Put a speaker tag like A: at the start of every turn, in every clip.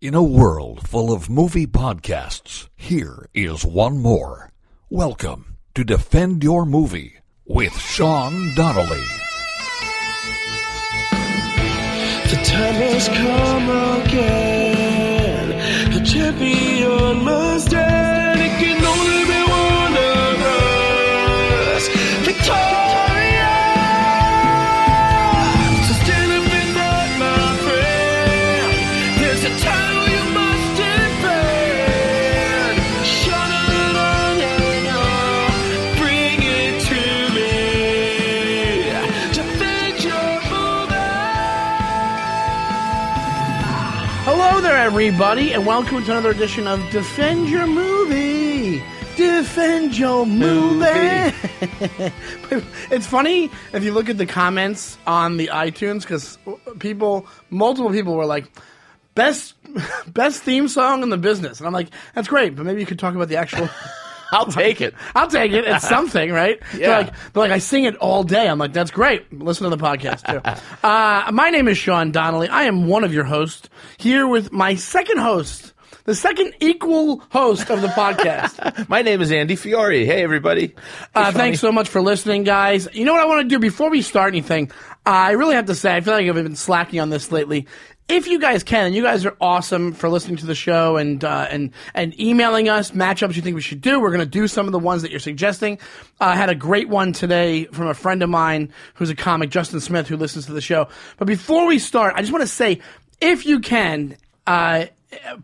A: In a world full of movie podcasts, here is one more. Welcome to Defend Your Movie with Sean Donnelly.
B: The time has come again. The champion must stand. It can only be one of us. Victoria! So stand up and fight, my friend. There's a title you must defend. Shut it on and on. Bring it to me. Defend your movie.
C: Hello there, everybody, and welcome to another edition of Defend Your Movie. Defend your movie. it's funny if you look at the comments on the iTunes because people, multiple people, were like, "Best, best theme song in the business," and I'm like, "That's great," but maybe you could talk about the actual.
D: I'll take it.
C: I'll take it. It's something, right? They're
D: Yeah.
C: like, they're like, I sing it all day. I'm like, that's great. Listen to the podcast too. uh, my name is Sean Donnelly. I am one of your hosts here with my second host, the second equal host of the podcast.
D: My name is Andy Fiore. Hey, everybody.
C: uh, thanks so much for listening, guys. You know what I want to do before we start anything? I really have to say, I feel like I've been slacking on this lately. If you guys can, and you guys are awesome for listening to the show and uh, and and emailing us matchups you think we should do. We're going to do some of the ones that you're suggesting. Uh, I had a great one today from a friend of mine who's a comic, Justin Smith, who listens to the show. But before we start, I just want to say, if you can, uh,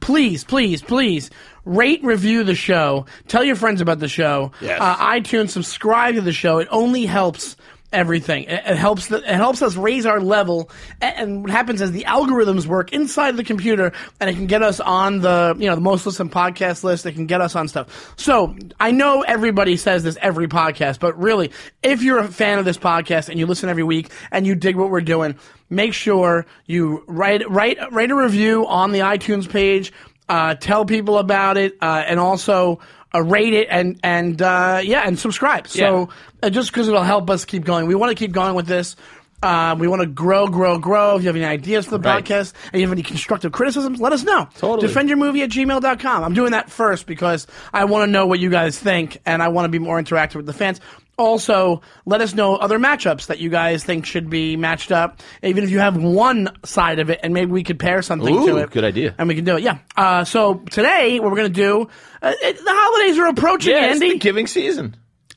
C: please, please, please rate, review the show, tell your friends about the show.
D: Yes.
C: Uh, iTunes, subscribe to the show. It only helps everything. It, it helps. The, it helps us raise our level. A- And what happens is the algorithms work inside the computer, and it can get us on the you know the most listened podcast list. It can get us on stuff. So I know everybody says this every podcast, but really, if you're a fan of this podcast and you listen every week and you dig what we're doing, make sure you write write write a review on the iTunes page. Uh, tell people about it, uh, and also uh, rate it and and uh, yeah, and subscribe. So uh, just because it'll help us keep going, we want to keep going with this. Uh, we want to grow, grow, grow. If you have any ideas for the
D: Right.
C: podcast and you have any constructive criticisms, let us know.
D: Totally.
C: Defendyourmovie at gmail.com. I'm doing that first because I want to know what you guys think and I want to be more interactive with the fans. Also, let us know other matchups that you guys think should be matched up. Even if you have one side of it, and maybe we could pair something to
D: Ooh,
C: it.
D: good idea.
C: And we can do it, yeah. Uh, so today, what we're going to do, uh, it, the holidays are approaching,
D: Yeah, it's
C: Andy.
D: the giving season.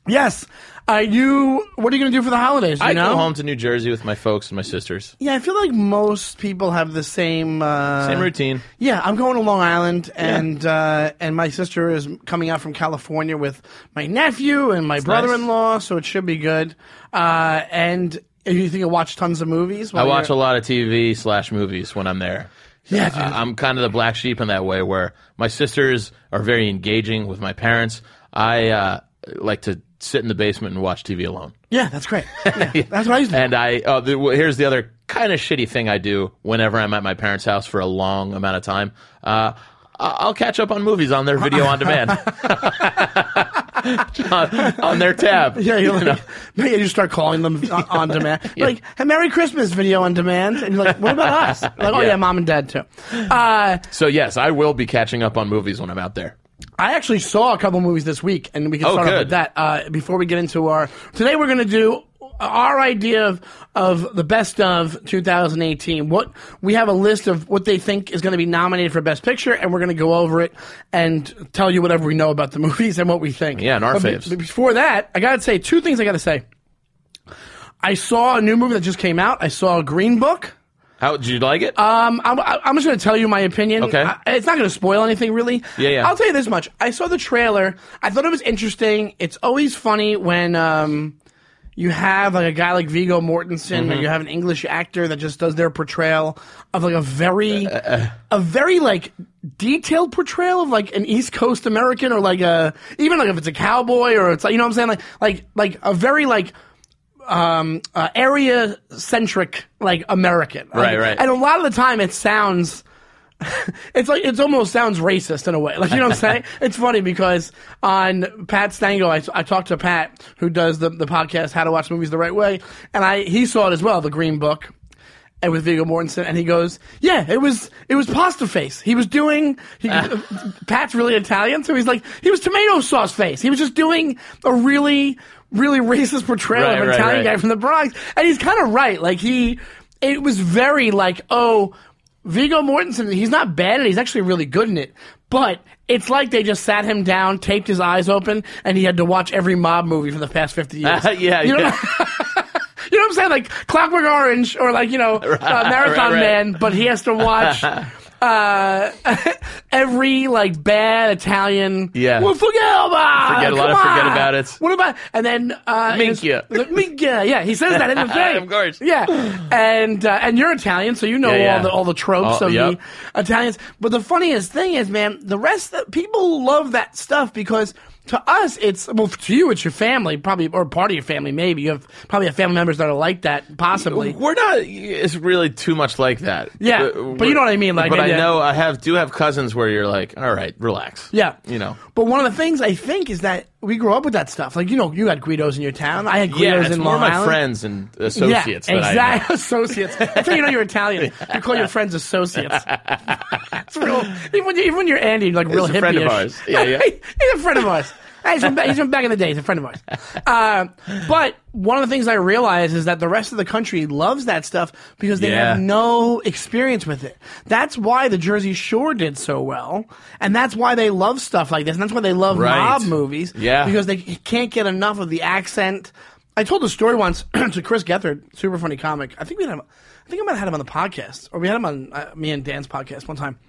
C: Yes. Uh, you. What are you going to do for the holidays? do You
D: I
C: know. Uh,
D: go home to New Jersey with my folks and my sisters.
C: Yeah, I feel like most people have the same uh,
D: Same routine.
C: Yeah, I'm going to Long Island, and uh, and my sister is coming out from California with my nephew and my brother-in-law, so it should be good. Uh, and you think you'll watch tons of movies?
D: I watch a lot of TV slash movies when I'm there.
C: Yeah, dude.
D: I- I'm kind of the black sheep in that way, where my sisters are very engaging with my parents. I uh, like to sit in the basement and watch TV alone.
C: yeah, that's great. Yeah, That's what I used to. do.
D: And I oh, the, well, here's the other kind of shitty thing I do whenever I'm at my parents' house for a long amount of time. Uh, I- I'll catch up on movies on their video on demand, on, on their tab.
C: Yeah, you're like, yeah, you start calling them on- on demand. You're Like, "Hey, Merry Christmas video on demand. And you're like, what about us? Like, oh, yeah.
D: Yeah.
C: mom and dad, too. Uh,
D: So yes, I will be catching up on movies when I'm out there.
C: I actually saw a couple movies this week, and we can
D: Oh,
C: start off with
D: good.
C: that uh, before we get into our. Today, we're going to do our idea of, of the best of 2018. What we have a list of what they think is going to be nominated for Best Picture, and we're going to go over it and tell you whatever we know about the movies and what we think.
D: Yeah, and our
C: But be-
D: faves.
C: before that, I got to say two things. I got to say. I saw a new movie that just came out. I saw Green Book.
D: How did you like it?
C: Um, I'm, I'm just going to tell you my opinion.
D: Okay.
C: I- it's not going to spoil anything, really.
D: Yeah, yeah.
C: I'll tell you this much. I saw the trailer. I thought it was interesting. It's always funny when um, you have like a guy like Vigo Mortensen,
D: Mm-hmm.
C: or you have an English actor that just does their portrayal of like a very, a very like detailed portrayal of like an East Coast American, or like a even like if it's a cowboy, or it's like you know what I'm saying, like like like a very like um, uh, area centric like American.
D: Right,
C: Like,
D: right.
C: And a lot of the time it sounds. It's like it almost sounds racist in a way. Like you know what I'm saying? It's funny because on Pat Stango, I, I talked to Pat who does the the podcast How to Watch Movies the Right Way, and I he saw it as well, The Green Book, and with Viggo Mortensen, and he goes, "Yeah, it was it was pasta face. He was doing. He,
D: Ah.
C: Pat's really Italian, so he's like he was tomato sauce face. He was just doing a really really racist portrayal
D: Right,
C: of an
D: right,
C: Italian
D: right.
C: guy from the Bronx, and he's kind of right. Like he, it was very like oh." Vigo Mortensen, he's not bad at it. He's actually really good in it. But it's like they just sat him down, taped his eyes open, and he had to watch every mob movie for the past 50 years.
D: yeah,
C: You know,
D: yeah.
C: you know what I'm saying? Like Clockwork Orange or like, you know, uh, Marathon
D: right, right.
C: Man, but he has to watch. Uh, every like bad Italian.
D: Yeah.
C: Well, forget about
D: Forget
C: it.
D: about it,
C: come
D: forget
C: on.
D: about it.
C: What about and then uh,
D: Minchia.
C: his- the- Minchia, yeah, he says that in the thing.
D: Of course.
C: Yeah, and uh, and you're Italian, so you know
D: Yeah,
C: all
D: yeah.
C: the all the tropes
D: Oh,
C: of
D: yep.
C: the Italians. But the funniest thing is, man, the rest of, people love that stuff because to us, it's well to you, it's your family, probably or part of your family, maybe you have probably have family members that are like that, possibly.
D: We're not. It's really too much like that.
C: Yeah, but you know what I mean, like,
D: but I
C: yeah.
D: know I have do have cousins where you're like, all right, relax.
C: Yeah,
D: you know.
C: But one of the things I think is that we grew up with that stuff. Like you know, you had Guidos in your town. I had Guidos
D: Yeah, it's
C: in
D: more
C: Long
D: my
C: Island.
D: friends and associates.
C: Yeah,
D: that I know.
C: exactly. Associates. That's how you know you're Italian. You call your friends associates. it's real. Even when, you, even when you're Andy, you're like real
D: He's a friend of
C: hippie-ish.
D: ours. Yeah, yeah.
C: he's a friend of ours. Hey, He's from, ba- he's from back in the day. He's a friend of ours. Um, but one of the things I realize is that the rest of the country loves that stuff because they
D: Yeah.
C: have no experience with it. That's why the Jersey Shore did so well, and that's why they love stuff like this, and that's why they love
D: Right.
C: mob movies.
D: Yeah.
C: Because they can't get enough of the accent. I told a story once to Chris Gethard, super funny comic. I think we had him, I think I might have had him on the podcast, or we had him on uh, me and Dan's podcast one time.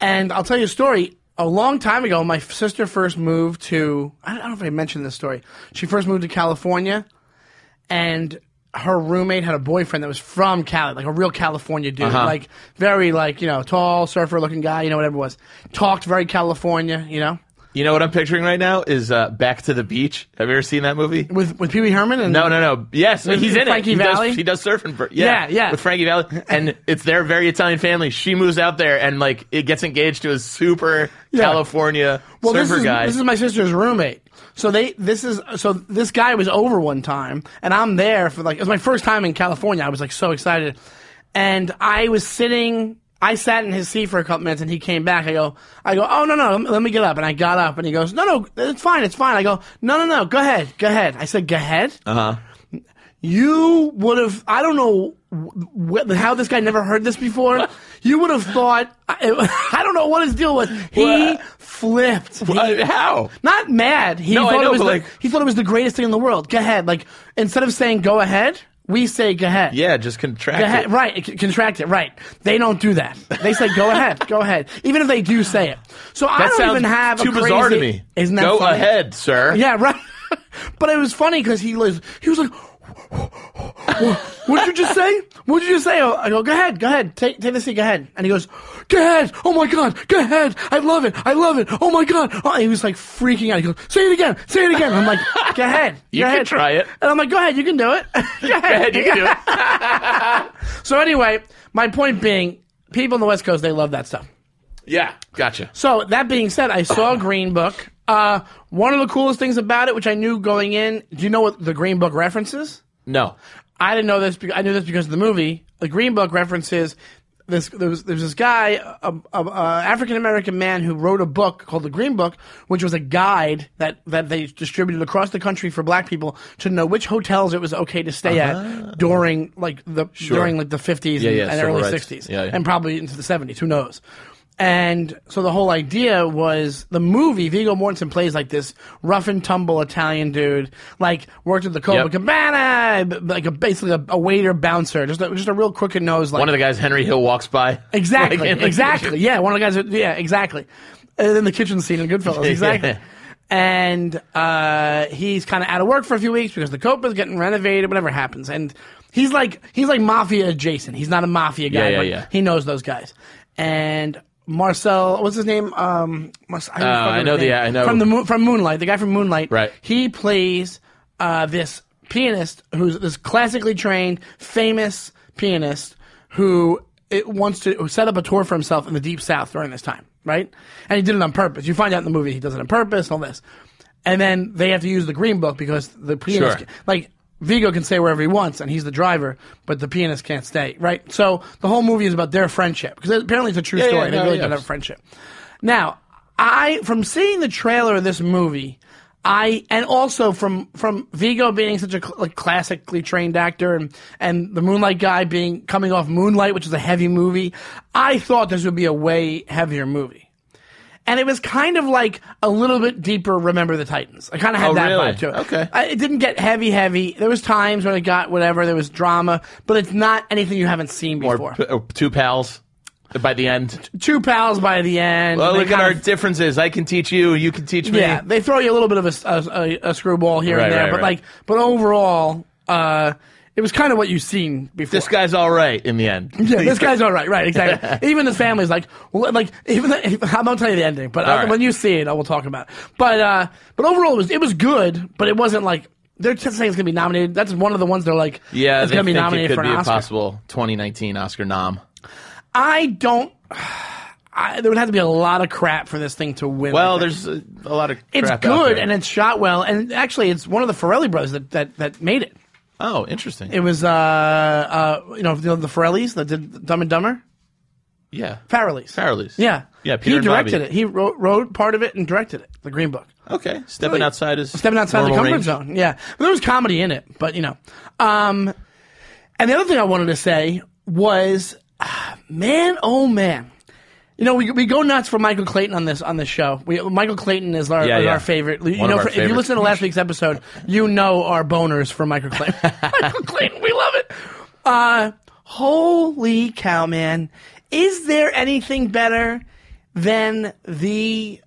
C: And I'll tell you a story. A long time ago, my f- sister first moved to, I don't I don't know if I mentioned this story. She first moved to California, and her roommate had a boyfriend that was from Cali, like a real California dude, like very, like, you know, tall, surfer looking guy, you know, whatever it was. Talked very California, you know?
D: You know what I'm picturing right now is uh, Back to the Beach. Have you ever seen that movie?
C: With, with Pee Wee Herman and
D: No, no, no. Yes,
C: With
D: he's in
C: Frankie
D: it. He
C: Valli?
D: Does, he does surfing. For,
C: Yeah,
D: yeah,
C: yeah.
D: With Frankie Valley, and it's their very Italian family. She moves out there, and like it gets engaged to a super
C: Yeah.
D: California
C: well,
D: surfer
C: this is,
D: guy.
C: This is my sister's roommate. So they this is so this guy was over one time, and I'm there for like it was my first time in California. I was like so excited, and I was sitting. I sat in his seat for a couple minutes, and he came back. I go, I go, oh no no, let me- let me get up. And I got up, and he goes, no no, it's fine, it's fine. I go, no no no, go ahead, go ahead. I said, go ahead. Uh
D: Uh-huh.
C: huh. You would have. I don't know wh- wh- how this guy never heard this before. You would have thought. I, I don't know what his deal was. He
D: Well,
C: flipped. He-
D: Uh, how?
C: not mad. He
D: No, I
C: thought
D: know,
C: it was
D: but,
C: the,
D: like-
C: he thought it was the greatest thing in the world. Go ahead. Like instead of saying go ahead, we say go ahead.
D: Yeah, just contract.
C: Go ahead.
D: it.
C: Right. c- Contract it. Right. They don't do that. They say go ahead. Go ahead. Even if they do say it. So I
D: That
C: don't
D: sounds
C: even have
D: too
C: a crazy,
D: bizarre to me.
C: Isn't that
D: Go
C: funny?
D: ahead, sir.
C: Yeah, right. but it was funny because he was he was like, "What did you just say? What did you just say?" I go, "Go ahead, go ahead, take take the seat, go ahead." And he goes, "Go ahead, oh my god, go ahead, I love it, I love it, oh my god." Oh, he was like freaking out. He goes, "Say it again, say it again." I'm like, "Go ahead, go
D: You can
C: ahead.
D: try it.
C: And I'm like, "Go ahead, you can do it. go ahead,
D: Go ahead, you can do it.
C: So anyway, my point being, people on the West Coast they love that stuff.
D: Yeah, gotcha.
C: So that being said, I saw Green Book. Uh, one of the coolest things about it, which I knew going in, do you know what the Green Book references?
D: No,
C: I didn't know this. Because, I knew this because of the movie. The Green Book references this. There was, there was this guy, a, a, a African American man, who wrote a book called the Green Book, which was a guide that that they distributed across the country for Black people to know which hotels it was okay to stay at during like the during like the fifties
D: Ah. Yeah, yeah,
C: and,
D: civil
C: early
D: rights.
C: sixties,
D: Yeah, yeah.
C: and probably into the seventies. Who knows? And so the whole idea was the movie. Vigo Mortensen plays like this rough and tumble Italian dude, like worked at the Cobra
D: Yep.
C: Cabana, b- like a basically a, a waiter bouncer, just a, just a real crooked nose. Like
D: one of the guys Henry Hill walks by.
C: exactly,
D: Like, in the
C: exactly, yeah, one of the guys. that- Yeah, exactly. And then the kitchen scene in Goodfellas,
D: Yeah.
C: exactly. And uh, he's kind of out of work for a few weeks because the Copa's getting renovated, whatever happens. And he's like he's like mafia adjacent. He's not a mafia guy,
D: Yeah, yeah,
C: but
D: yeah.
C: he knows those guys. And Marcel, what's his name? Um, Marcel, I,
D: Uh, I know the- I know.
C: from the Mo- from Moonlight, the guy from Moonlight.
D: Right.
C: He plays uh, this pianist who's this classically trained, famous pianist who it wants to who set up a tour for himself in the deep south during this time, right? And he did it on purpose. You find out in the movie he does it on purpose, all this. And then they have to use the green book because the pianist
D: Sure.
C: like Vigo can stay wherever he wants, and he's the driver, but the pianist can't stay, right? So the whole movie is about their friendship because apparently it's a true
D: yeah,
C: story. they
D: no,
C: really
D: yeah.
C: did have a friendship. Now, I from seeing the trailer of this movie, I and also from from Vigo being such a cl- like classically trained actor and and the Moonlight guy being coming off Moonlight, which is a heavy movie, I thought this would be a way heavier movie. And it was kind of like a little bit deeper Remember the Titans. I kind of had
D: Oh,
C: that
D: really?
C: vibe to it.
D: Okay.
C: I, it didn't get heavy, heavy. There was times when it got whatever. There was drama, but it's not anything you haven't seen
D: Or,
C: before.
D: p- or two pals by the end.
C: Two pals by the end.
D: Oh,
C: They
D: look at
C: kind
D: our
C: of-
D: differences. I can teach you. You can teach me.
C: Yeah, they throw you a little bit of a, a- a- a screwball here
D: Right,
C: and there,
D: right,
C: but
D: right.
C: like, but overall, uh, it was kind of what you've seen before.
D: This guy's all right in the end.
C: Yeah, this guy's all right, right? Exactly. even his family's like, well, like even the, I'm not telling you the ending, but
D: All
C: I,
D: right.
C: when you see it, I will talk about. It. But uh, but overall, it was it was good, but it wasn't like they're just saying it's gonna be nominated. That's one of the ones they're like,
D: Yeah,
C: it's
D: they
C: gonna be
D: think
C: nominated
D: it
C: for
D: could
C: an
D: be a
C: Oscar.
D: possible 2019 Oscar nom.
C: I don't. I, there would have to be a lot of crap for this thing to win.
D: Well,
C: I think.
D: there's a, a lot of
C: it's
D: crap out
C: good
D: there.
C: and it's shot well, and actually, it's one of the Ferrelli brothers that that, that made it.
D: oh, interesting.
C: It was uh uh you know the, the Ferrellis that did Dumb and Dumber.
D: yeah,
C: Farrelly's.
D: Farrelly's.
C: Yeah.
D: yeah. Peter
C: he directed
D: and Bobby.
C: it. He wrote, wrote part of it and directed it. The Green Book.
D: Okay, stepping
C: Really?
D: outside is
C: Stepping outside the
D: normal
C: comfort
D: range.
C: zone. Yeah. But there was comedy in it, but you know. Um, and the other thing I wanted to say was, ah, man, oh man. You know, we, we go nuts for Michael Clayton on this on this show. We, Michael Clayton is our,
D: Yeah,
C: is
D: yeah.
C: our favorite. you
D: One
C: know,
D: of our
C: for- if you
D: favorites.
C: listen to last week's episode, you know our boners for Michael Clayton. Michael Clayton, we love it. Uh, holy cow, man! Is there anything better than the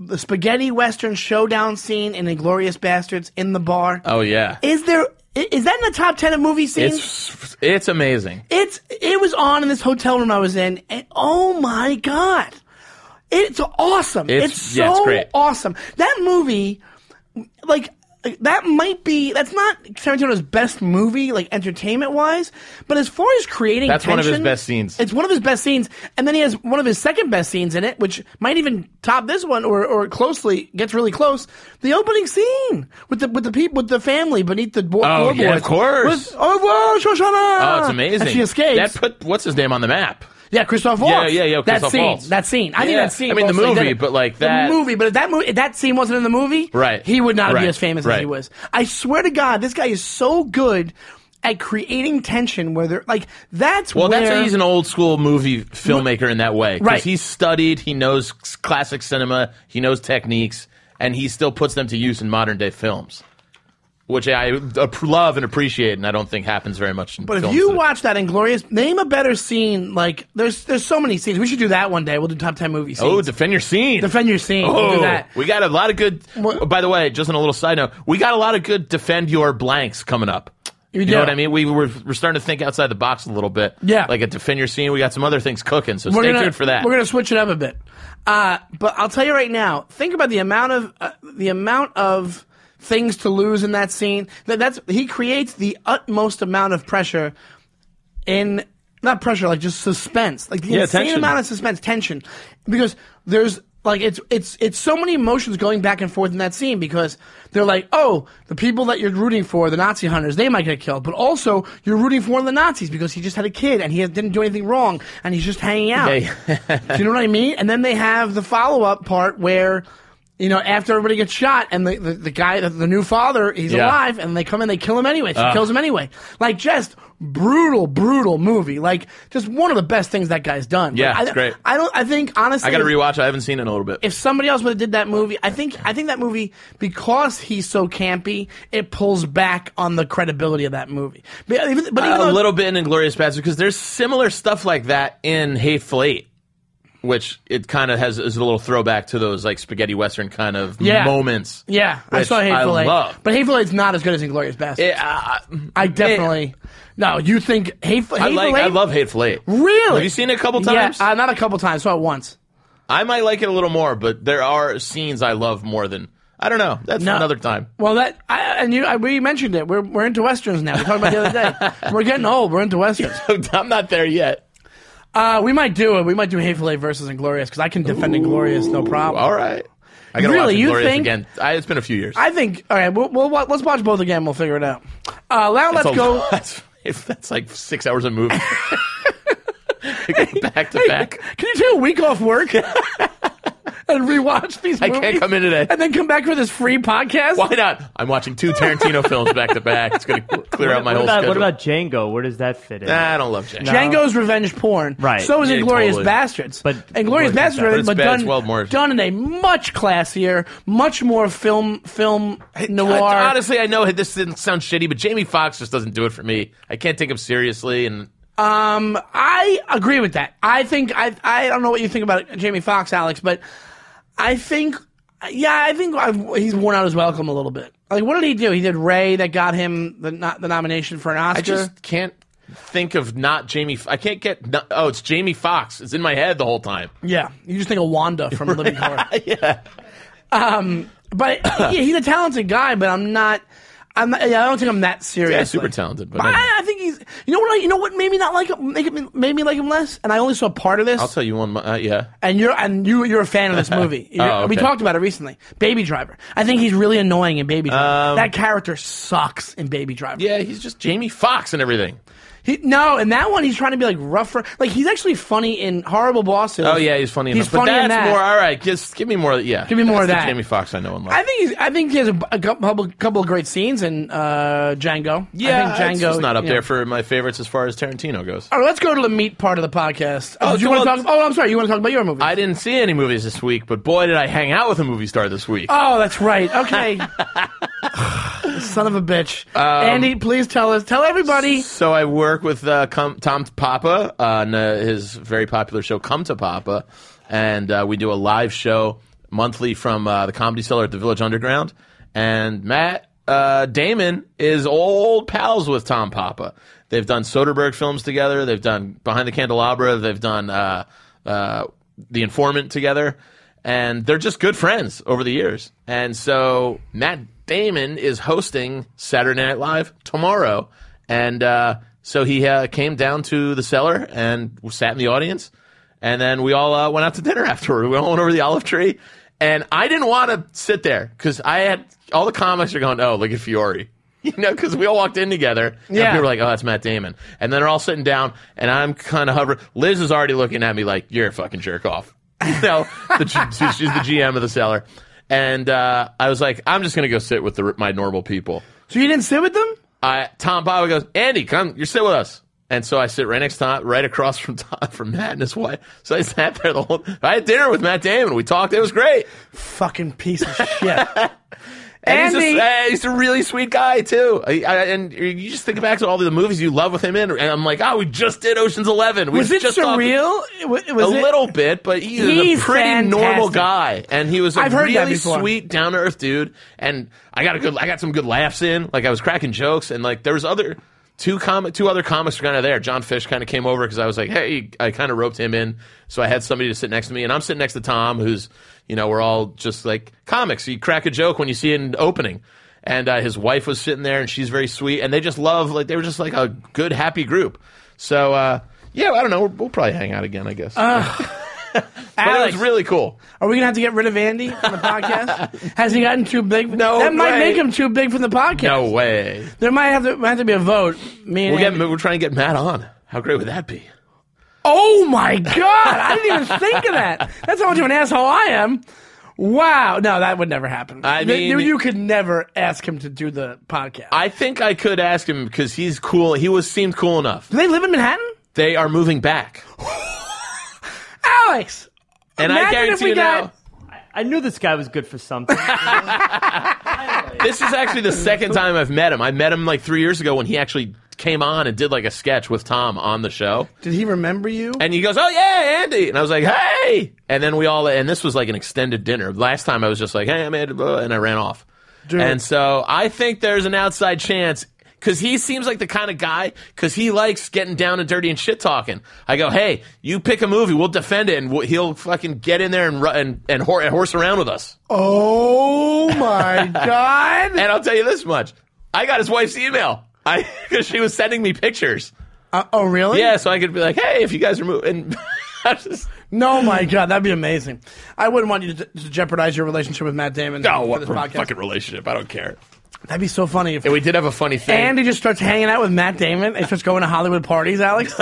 C: the spaghetti western showdown scene in *Inglorious Bastards* in the bar?
D: Oh yeah,
C: Is there? i- Is that in the top ten of movie scenes?
D: it's it's amazing.
C: It's it was on in this hotel room I was in, and oh my god, it's awesome! It's,
D: It's-
C: so
D: yeah, it's great.
C: awesome. That movie, like that might be that's not Tarantino's best movie, like entertainment wise, but as far as creating
D: That's one of his
C: tension,
D: best scenes.
C: It's one of his best scenes, and then he has one of his second best scenes in it, which might even top this one or or closely gets really close. The opening scene with the with the people with the family beneath the bo-
D: Oh,
C: floorboards
D: yeah, of course.
C: was- oh, whoa, Shoshana!
D: Oh, it's amazing.
C: Ah, And she escapes.
D: That put what's his name on the map.
C: yeah, Christoph Waltz.
D: Yeah, yeah, yeah,
C: that
D: Christoph
C: scene.
D: Waltz.
C: That scene. I think
D: Yeah.
C: that scene.
D: I mean, the
C: mostly did
D: movie,
C: it.
D: but, like, that-
C: The movie, but if that movie, if that scene wasn't in the movie,
D: Right.
C: He would not be
D: Right.
C: as famous as he
D: Right.
C: was. I swear to God, this guy is so good at creating tension. Where they're like, that's
D: Well,
C: where
D: that's why he's an old school movie filmmaker in that way. 'Cause
C: Right.
D: He's studied, he knows c- classic cinema, he knows techniques, and he still puts them to use in modern day films, which I ap- love and appreciate, and I don't think happens very much in
C: But if
D: films
C: you
D: today.
C: watch that Inglorious, name a better scene. Like, there's there's so many scenes. We should do that one day. We'll do top ten movie scenes.
D: Oh, defend your scene.
C: Defend your scene.
D: Oh,
C: We'll do that.
D: we got a lot of good.
C: What-
D: By the way, just on a little side note, we got a lot of good defend your blanks coming up.
C: You
D: You
C: do.
D: know what I mean? We were we're starting to think outside the box a little bit.
C: Yeah.
D: like a defend your scene. We got some other things cooking, so
C: we're
D: stay
C: gonna,
D: tuned for that.
C: We're gonna switch it up a bit. Uh, but I'll tell you right now. Think about the amount of uh, the amount of things to lose in that scene. That that's he creates the utmost amount of pressure in not pressure, like just suspense, like the
D: Yeah,
C: insane
D: tension.
C: amount of suspense, tension, because there's like it's it's it's so many emotions going back and forth in that scene because they're like, oh, the people that you're rooting for, the Nazi hunters, they might get killed, but also you're rooting for one of the Nazis because he just had a kid and he didn't do anything wrong and he's just hanging out.
D: Yeah.
C: Do you know what I mean? And then they have the follow up part where, you know, after everybody gets shot and the, the, the guy, the, the new father, he's
D: Yeah. Ah.
C: alive and they come in, they kill him anyway. She kills him anyway. Like, just brutal, brutal movie. Like, just one of the best things that guy's done.
D: Yeah,
C: Like, I,
D: it's great.
C: I don't, I think, honestly.
D: I got to
C: if-
D: rewatch. it. I haven't seen it in a little bit.
C: If somebody else would have did that movie, I think I think that movie because he's so campy, it pulls back on the credibility of that movie. But even, but even
D: a
C: though-
D: little bit in Inglorious Bastards because there's similar stuff like that in Hateful Eight, which it kind of has is a little throwback to those like spaghetti western kind of
C: Yeah.
D: moments.
C: yeah, I
D: which
C: saw Hateful
D: I
C: Eight,
D: love.
C: but Hateful Eight's not as good as Inglorious Bastards.
D: It- I-
C: I definitely. no, you think hateful?
D: I
C: hateful
D: like. I
C: Eight?
D: love Hateful Eight.
C: Really?
D: Have you seen it a couple times?
C: Yeah, uh, not a couple times. Saw it once.
D: I might like it a little more, but there are scenes I love more than I don't know. That's
C: No.
D: another time.
C: Well, that I, and you, I, we mentioned it. We're we're into westerns now. We talked about it the other day. we're getting old. We're into westerns.
D: I'm not there yet.
C: Uh, we might do it. We might do Hateful Eight versus Inglorious because I can defend Inglorious no problem.
D: All right. I gotta watch
C: Really? You
D: Inglorious
C: think-
D: again. I, it's been a few years.
C: I think. All right, we'll, we'll wa- let's watch both again. We'll figure it out. Uh, now
D: It's
C: let's
D: a
C: go.
D: lot. If that's like six hours of movie, back to back.
C: Can you take a week off work and rewatch these?
D: I can't
C: movies?
D: come in today.
C: And then come back for this free podcast.
D: Why not? I'm watching two Tarantino films back to back. It's gonna clear out my
E: what
D: whole
E: about,
D: schedule.
E: what about Django? Where does that fit in?
D: Nah, I don't love Jack.
E: No.
C: Django's revenge porn.
E: Right.
C: So is
D: Yeah,
C: Inglorious
D: totally.
C: Bastards.
E: But-
C: Inglorious
E: but it's
C: Bastards, but,
D: bad. But it's bad.
C: done,
D: It's well more-
C: done in a much classier, much more film film noir.
D: I- honestly, I know this didn't sound shitty, but Jamie Foxx just doesn't do it for me. I can't take him seriously, and
C: Um, I agree with that. I think I I don't know what you think about Jamie Foxx, Alex, but I think yeah, I think I've, he's worn out his welcome a little bit. Like, what did he do? He did Ray that got him the not the nomination for an Oscar.
D: I just can't think of not Jamie. F- I can't get. no- oh, it's Jamie Foxx. It's in my head the whole time.
C: yeah, you just think of Wanda from Living Color. yeah. Um, but yeah, he's a talented guy, but I'm not. I'm not, yeah, I don't think I'm that serious.
D: Yeah, super
C: like-
D: talented, but.
C: But I, I think he's. You know what? I, you know what made me not like him. Make it, made me like him less. And I only saw part of this.
D: I'll tell you one. mo- Uh, yeah,
C: and you're and you you're a fan of this movie. You're-
D: Oh, okay.
C: We talked about it recently. Baby Driver. I think he's really annoying in Baby Driver.
D: Um,
C: that character sucks in Baby Driver.
D: yeah. He's just Jamie Foxx and everything.
C: He, no, and that one he's trying to be like rougher. Like he's actually funny in Horrible Bosses.
D: Oh yeah, he's funny.
C: He's
D: enough. But
C: funny
D: that's
C: in that.
D: more. All right, just give me more. Yeah,
C: Give me more of
D: That's the
C: that.
D: Jamie Fox. I know and love.
C: I think he's. I think he has a, a couple couple of great scenes in uh, Django.
D: yeah,
C: I think
D: it's
C: Django
D: just not up
C: you know.
D: there for my favorites as far as Tarantino goes.
C: All right, let's go to the meat part of the podcast. Oh,
D: Oh,
C: did you
D: well,
C: want to talk? Oh, I'm sorry. You want to talk about your movie?
D: I didn't see any movies this week, but boy, did I hang out with a movie star this week.
C: Oh, that's right. Okay. Son of a bitch.
D: Um,
C: Andy, please tell us. Tell everybody.
D: So I work with uh, Come, Tom Papa on uh, his very popular show, Come to Papa, and uh, we do a live show monthly from uh, the Comedy Cellar at the Village Underground. And Matt uh, Damon is old pals with Tom Papa. They've done Soderbergh films together. They've done Behind the Candelabra. They've done uh, uh, The Informant together, and they're just good friends over the years. And so Matt Damon is hosting Saturday Night Live tomorrow. And uh, so he uh, came down to the cellar and sat in the audience. And then we all uh, went out to dinner afterward. We all went over the olive tree. And I didn't want to sit there because I had all the comics are going, oh, look at Fiore. You know, because we all walked in together.
C: Yeah.
D: And people were like, oh, that's Matt Damon. And then they're all sitting down, and I'm kind of hovering. Liz is already looking at me like, you're a fucking jerk off. You know, the, G- she's the GM of the cellar. And uh, I was like, I'm just going to go sit with the, my normal people.
C: So you didn't sit with them?
D: I, Tom Papa goes, Andy, come, you sit with us. And so I sit right next to Tom, right across from Tom, from Matt and his wife. So I sat there the whole. I had dinner with Matt Damon. We talked. It was great.
C: Fucking piece of shit.
D: And he's,
C: Andy.
D: a, uh, he's a really sweet guy too. I, I, and you just think back to all the movies you love with him in, and I'm like, oh, we just did Ocean's Eleven. We
C: Was it
D: just talked-
C: surreal? It wa- it was
D: a
C: it-
D: little bit, but he's,
C: He's
D: a pretty normal
C: fantastic.
D: guy, and he was a
C: I've heard that
D: really
C: before.
D: sweet, down to earth dude. And I got a good, I got some good laughs in. Like I was cracking jokes, and like there was other two comic, two other comics were kind of there. John Fish kind of came over because I was like, hey, I kind of roped him in, so I had somebody to sit next to me, and I'm sitting next to Tom, who's you know we're all just like comics. You crack a joke when you see an opening. And uh, his wife was sitting there, and she's very sweet. And they just love, like, they were just like a good, happy group. So, uh, yeah, I don't know. We'll, we'll probably hang out again, I guess. But
C: Uh, Alex,
D: it was really cool.
C: are we gonna have to get rid of Andy from the podcast? Has he gotten too big?
D: No
C: that might
D: way.
C: make him too big from the podcast.
D: No way.
C: there might have to might have to be a vote. Me and
D: We'll get,
C: Andy-
D: we're trying to get Matt on. How great would that be?
C: oh my god! I didn't even think of that. That's how much of an asshole I am. Wow! No, that would never happen.
D: I
C: You- you,
D: mean-
C: you could never ask him to do the podcast.
D: I think I could ask him because he's cool. He was seemed cool enough.
C: Do they live in Manhattan?
D: They are moving back,
C: Alex,
D: and I
C: Imagine if
D: guarantee
C: we
D: you now,
C: got-
E: I knew this guy was good for something.
D: this is actually the second time I've met him. I met him like three years ago when he actually came on and did like a sketch with Tom on the show.
C: did he remember you?
D: And he goes, "Oh yeah, Andy," and I was like, "Hey!" And then we all and this was like an extended dinner. Last time I was just like, "Hey, I'm Andy," blah, and I ran off. And so I think there's an outside chance because he seems like the kind of guy because he likes getting down and dirty and shit talking. I go, "Hey, you pick a movie, we'll defend it, and we he'll fucking get in there and ru- and and, hor- and horse around with us."
C: Oh my god!
D: And I'll tell you this much: I got his wife's email. I because she was sending me pictures.
C: Uh, oh really?
D: Yeah, so I could be like, "Hey, if you guys are moving." I was just-
C: No, my God, that'd be amazing. I wouldn't want you to, to jeopardize your relationship with Matt Damon
D: No,
C: for
D: what
C: this
D: re-
C: podcast.
D: fucking relationship? I don't care.
C: That'd be so funny if
D: And we did have a funny thing.
C: And he just starts hanging out with Matt Damon and starts going to Hollywood parties, Alex.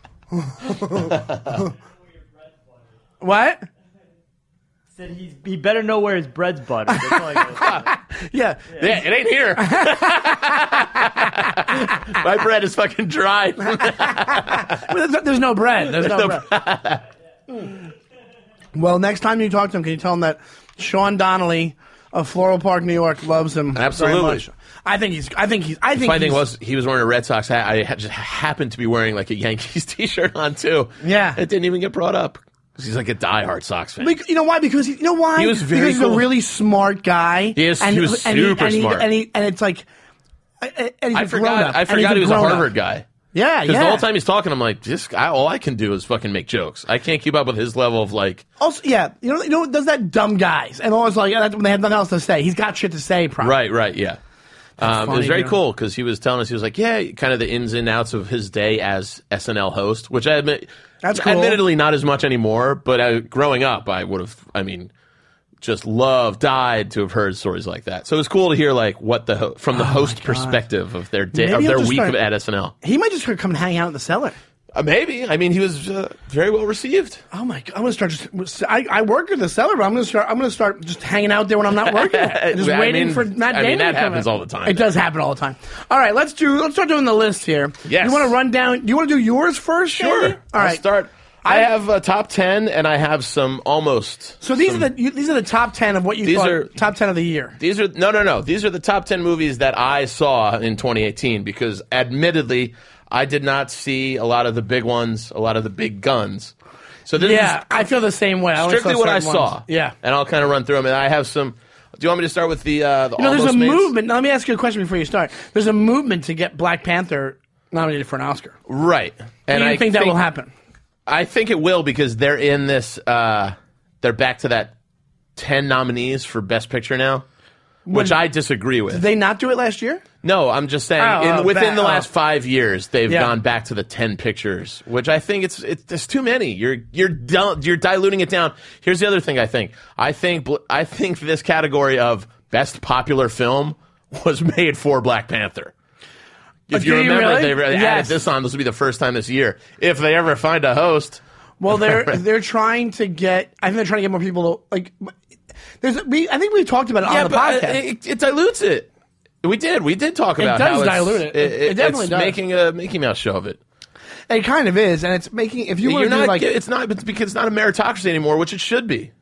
C: what?
E: Said he's, he better know where his bread's buttered. That's all I gotta
C: Yeah.
D: yeah, it ain't here. My bread is fucking dry.
C: There's no- There's no bread. There's, no, bread. well, next time you talk to him, can you tell him that Sean Donnelly of Floral Park, New York, loves him very
D: Absolutely.
C: much. I think he's. I think he's. I think.
D: Funny thing
C: he's-
D: was, he was wearing a Red Sox hat. I had just happened to be wearing like a Yankees T-shirt on too.
C: Yeah.
D: it didn't even get brought up 'Cause he's like a diehard Sox fan.
C: Bec- you know why? Because he, you know why?
D: He was very
C: because he's
D: cool.
C: a really smart guy.
D: Yes, he was super
C: and
D: smart.
C: And, he, and it's like, and he's
D: I
C: a grown-up,
D: forgot. I
C: and he's
D: forgot he was a
C: grown-up.
D: Harvard guy.
C: Yeah,
D: Because
C: yeah.
D: the whole time he's talking, I'm like, this guy, all I can do is fucking make jokes. I can't keep up with his level of like,
C: Also, yeah, you know, you know, does that dumb guys and always like that's when they have nothing else to say. He's got shit to say, probably.
D: right, right, yeah. Um, it was
C: funny,
D: very
C: dude.
D: cool because he was telling us he was like, yeah, kind of the ins and outs of his day as SNL host, which I admit,
C: That's cool.
D: admittedly not as much anymore. But uh, growing up, I would have, I mean, just loved, died to have heard stories like that. So it was cool to hear like what the ho- from the host perspective of their day,
C: Oh Maybe
D: of
C: I'll
D: their
C: just
D: week
C: start-
D: of, at SNL.
C: He might just come and hang out in the cellar.
D: Uh, maybe I mean he was uh, very well received.
C: Oh my god! I'm gonna start just. I, I work in the cellar, but I'm gonna start. I'm gonna start just hanging out there when I'm not working, and just
D: Uh, I
C: waiting
D: mean-
C: for Matt
D: I
C: Damon.
D: mean, that
C: to come
D: happens
C: out.
D: all the time.
C: It does happen all the time. All right, let's do. Let's start doing the list here.
D: Yes.
C: You want to run down? You want to do yours first?
D: Sure.
C: Andy? All
D: I'll
C: right.
D: start. I, have a top ten, and I have some almost.
C: So these are the you, these are the top ten of what you
D: These
C: thought
D: are-
C: top ten of the year.
D: These are no, no, no. These are the top ten movies that I saw in 2018. Because admittedly, I did not see a lot of the big ones, a lot of the big guns. So this
C: Yeah,
D: is
C: I feel the same way. I only
D: strictly
C: saw
D: what I
C: certain
D: saw.
C: ones. Yeah.
D: and I'll kind of run through them. And I have some. Do you want me to start with the uh, the
C: No, there's
D: almost
C: a
D: mates?
C: movement. Now, let me ask you a question before you start. There's a movement to get Black Panther nominated for an Oscar.
D: right? And
C: Do you
D: I
C: think that will happen?
D: I think it will because they're in this. Uh, they're back to that ten nominees for Best Picture now, which I disagree with.
C: Did they not do it last year?
D: no, I'm just saying
C: Oh,
D: in,
C: oh,
D: within
C: that-
D: the
C: oh.
D: last five years they've
C: Yeah.
D: gone back to the ten pictures, which I think it's it's there's too many. You're you're dil- you're diluting it down. Here's the other thing I think. I think bl- I think this category of Best Popular Film was made for Black Panther. If
C: Uh, do
D: you
C: you
D: remember,
C: really?
D: they re- added
C: Yes.
D: this on. This will be the first time this year if they ever find a host.
C: Well, they're they're trying to get. I think they're trying to get more people to like. There's. We, I think we talked about it on the
D: but, uh,
C: podcast.
D: It, it dilutes it. We did. We did talk about
C: does
D: how it's-
C: dilute it. It- it definitely
D: it's
C: does.
D: making a Mickey Mouse show of it.
C: it kind of is, and it's making. If you want
D: You're
C: to do
D: not.
C: like,
D: it's not it's because it's not a meritocracy anymore, which it should be.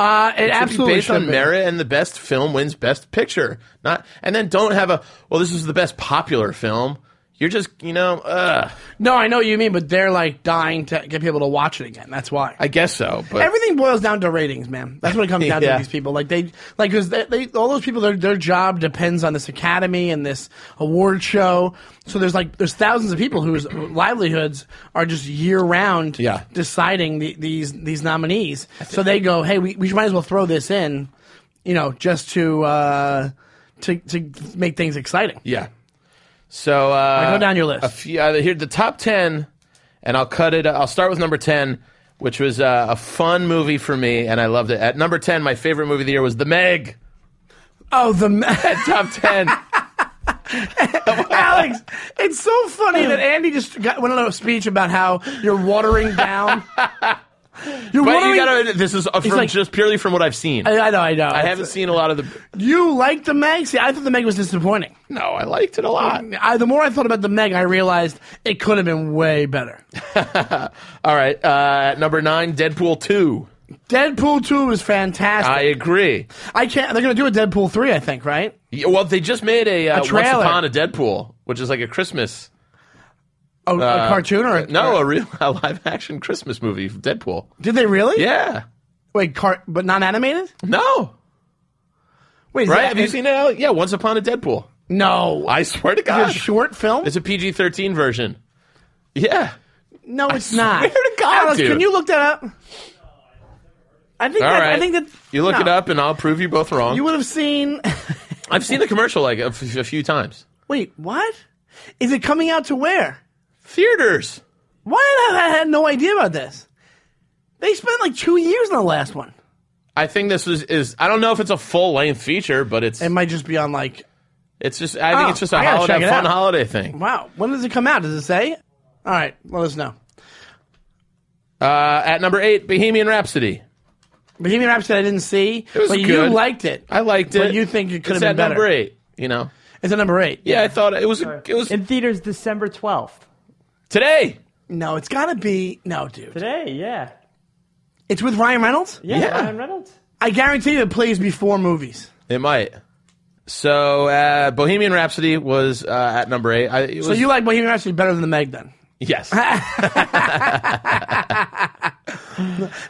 C: uh, it
D: It should be
C: absolutely
D: based
C: should
D: on
C: be.
D: merit, and the best film wins best picture. Not and then don't have a well. This is the best popular film. You're just you know. Uh,
C: No, I know what you mean, but they're like dying to get people to watch it again. That's why.
D: I guess so, but
C: Everything boils down to ratings, man. That's what it comes down
D: Yeah.
C: to. These people, like they, like because they, they, all those people, their their job depends on this academy and this award show. So there's like there's thousands of people whose livelihoods are just year round,
D: Yeah.
C: deciding the, these these nominees. So they go, hey, we, we might as well throw this in, you know, just to uh, to to make things exciting.
D: Yeah. So uh,
C: All right, go down your list.
D: A few, uh, here, the top ten, and I'll cut it. I'll start with number ten, which was uh, a fun movie for me, and I loved it. At number ten, my favorite movie of the year was The Meg.
C: Oh, the ma-
D: Top ten.
C: Alex, it's so funny that Andy just got went on a speech about how you're watering down. You're
D: but
C: watering.
D: you gotta. This is uh, from
C: like-
D: just purely from what I've seen. I,
C: I, I know, I know.
D: haven't seen a lot of the.
C: You like the Meg? See, I thought the Meg was disappointing.
D: No, I liked it a lot.
C: I, the more I thought about the Meg, I realized it could have been way better.
D: All right, uh, at number nine, Deadpool two.
C: Deadpool two is
D: I
C: fantastic.
D: agree.
C: I, can't. They're gonna do a Deadpool three, I think, right?
D: Yeah, Well, they just made a, uh, Once
C: trailer.
D: Upon a Deadpool, which is like a Christmas.
C: A, a cartoon or
D: Uh, No,
C: or-
D: a real a live action Christmas movie. Deadpool.
C: did they really?
D: Yeah.
C: Wait, car, but not animated?
D: No.
C: Wait, is
D: Right?
C: that-
D: Have you seen it? Alec? Yeah, Once Upon a Deadpool.
C: No,
D: I swear to
C: Is it a
D: God.
C: short film.
D: It's a PG 13 version. Yeah.
C: no, it's not.
D: swear to God,
C: Alex,
D: dude.
C: can you look that up? I think.
D: All
C: that,
D: right.
C: I think that
D: you look
C: no.
D: it up and I'll prove you both wrong.
C: You would have seen.
D: I've seen the commercial like a, f- a few times.
C: Wait, what? Is it coming out to where?
D: Theaters.
C: Why did I I had no idea about this? They spent like two years on the last one.
D: I think this is, is I don't know if it's a full length feature, but it's
C: It might just be on like,
D: it's just I think
C: Oh,
D: it's just a
C: I gotta
D: holiday,
C: check it
D: fun
C: out.
D: holiday thing.
C: wow, when does it come out? Does it say? All right, let us know.
D: Uh, at number eight, Bohemian Rapsody.
C: Bohemian Rhapsody I didn't see,
D: was
C: but you
D: good.
C: liked it.
D: I liked it.
C: But you think it could
D: It's
C: have
D: at
C: been
D: number
C: better.
D: eight. You know,
C: It's a number eight.
D: yeah, I thought it was it was
E: In theaters December 12th.
D: today.
C: No, it's gotta be no, dude.
E: Today, yeah.
C: It's with Ryan Reynolds.
E: Yeah,
D: Yeah.
E: Ryan Reynolds.
C: I guarantee you it plays before movies.
D: It might. So uh, Bohemian Rhapsody was uh, at number eight. I, it was,
C: So you like Bohemian Rhapsody better than the Meg then?
D: yes.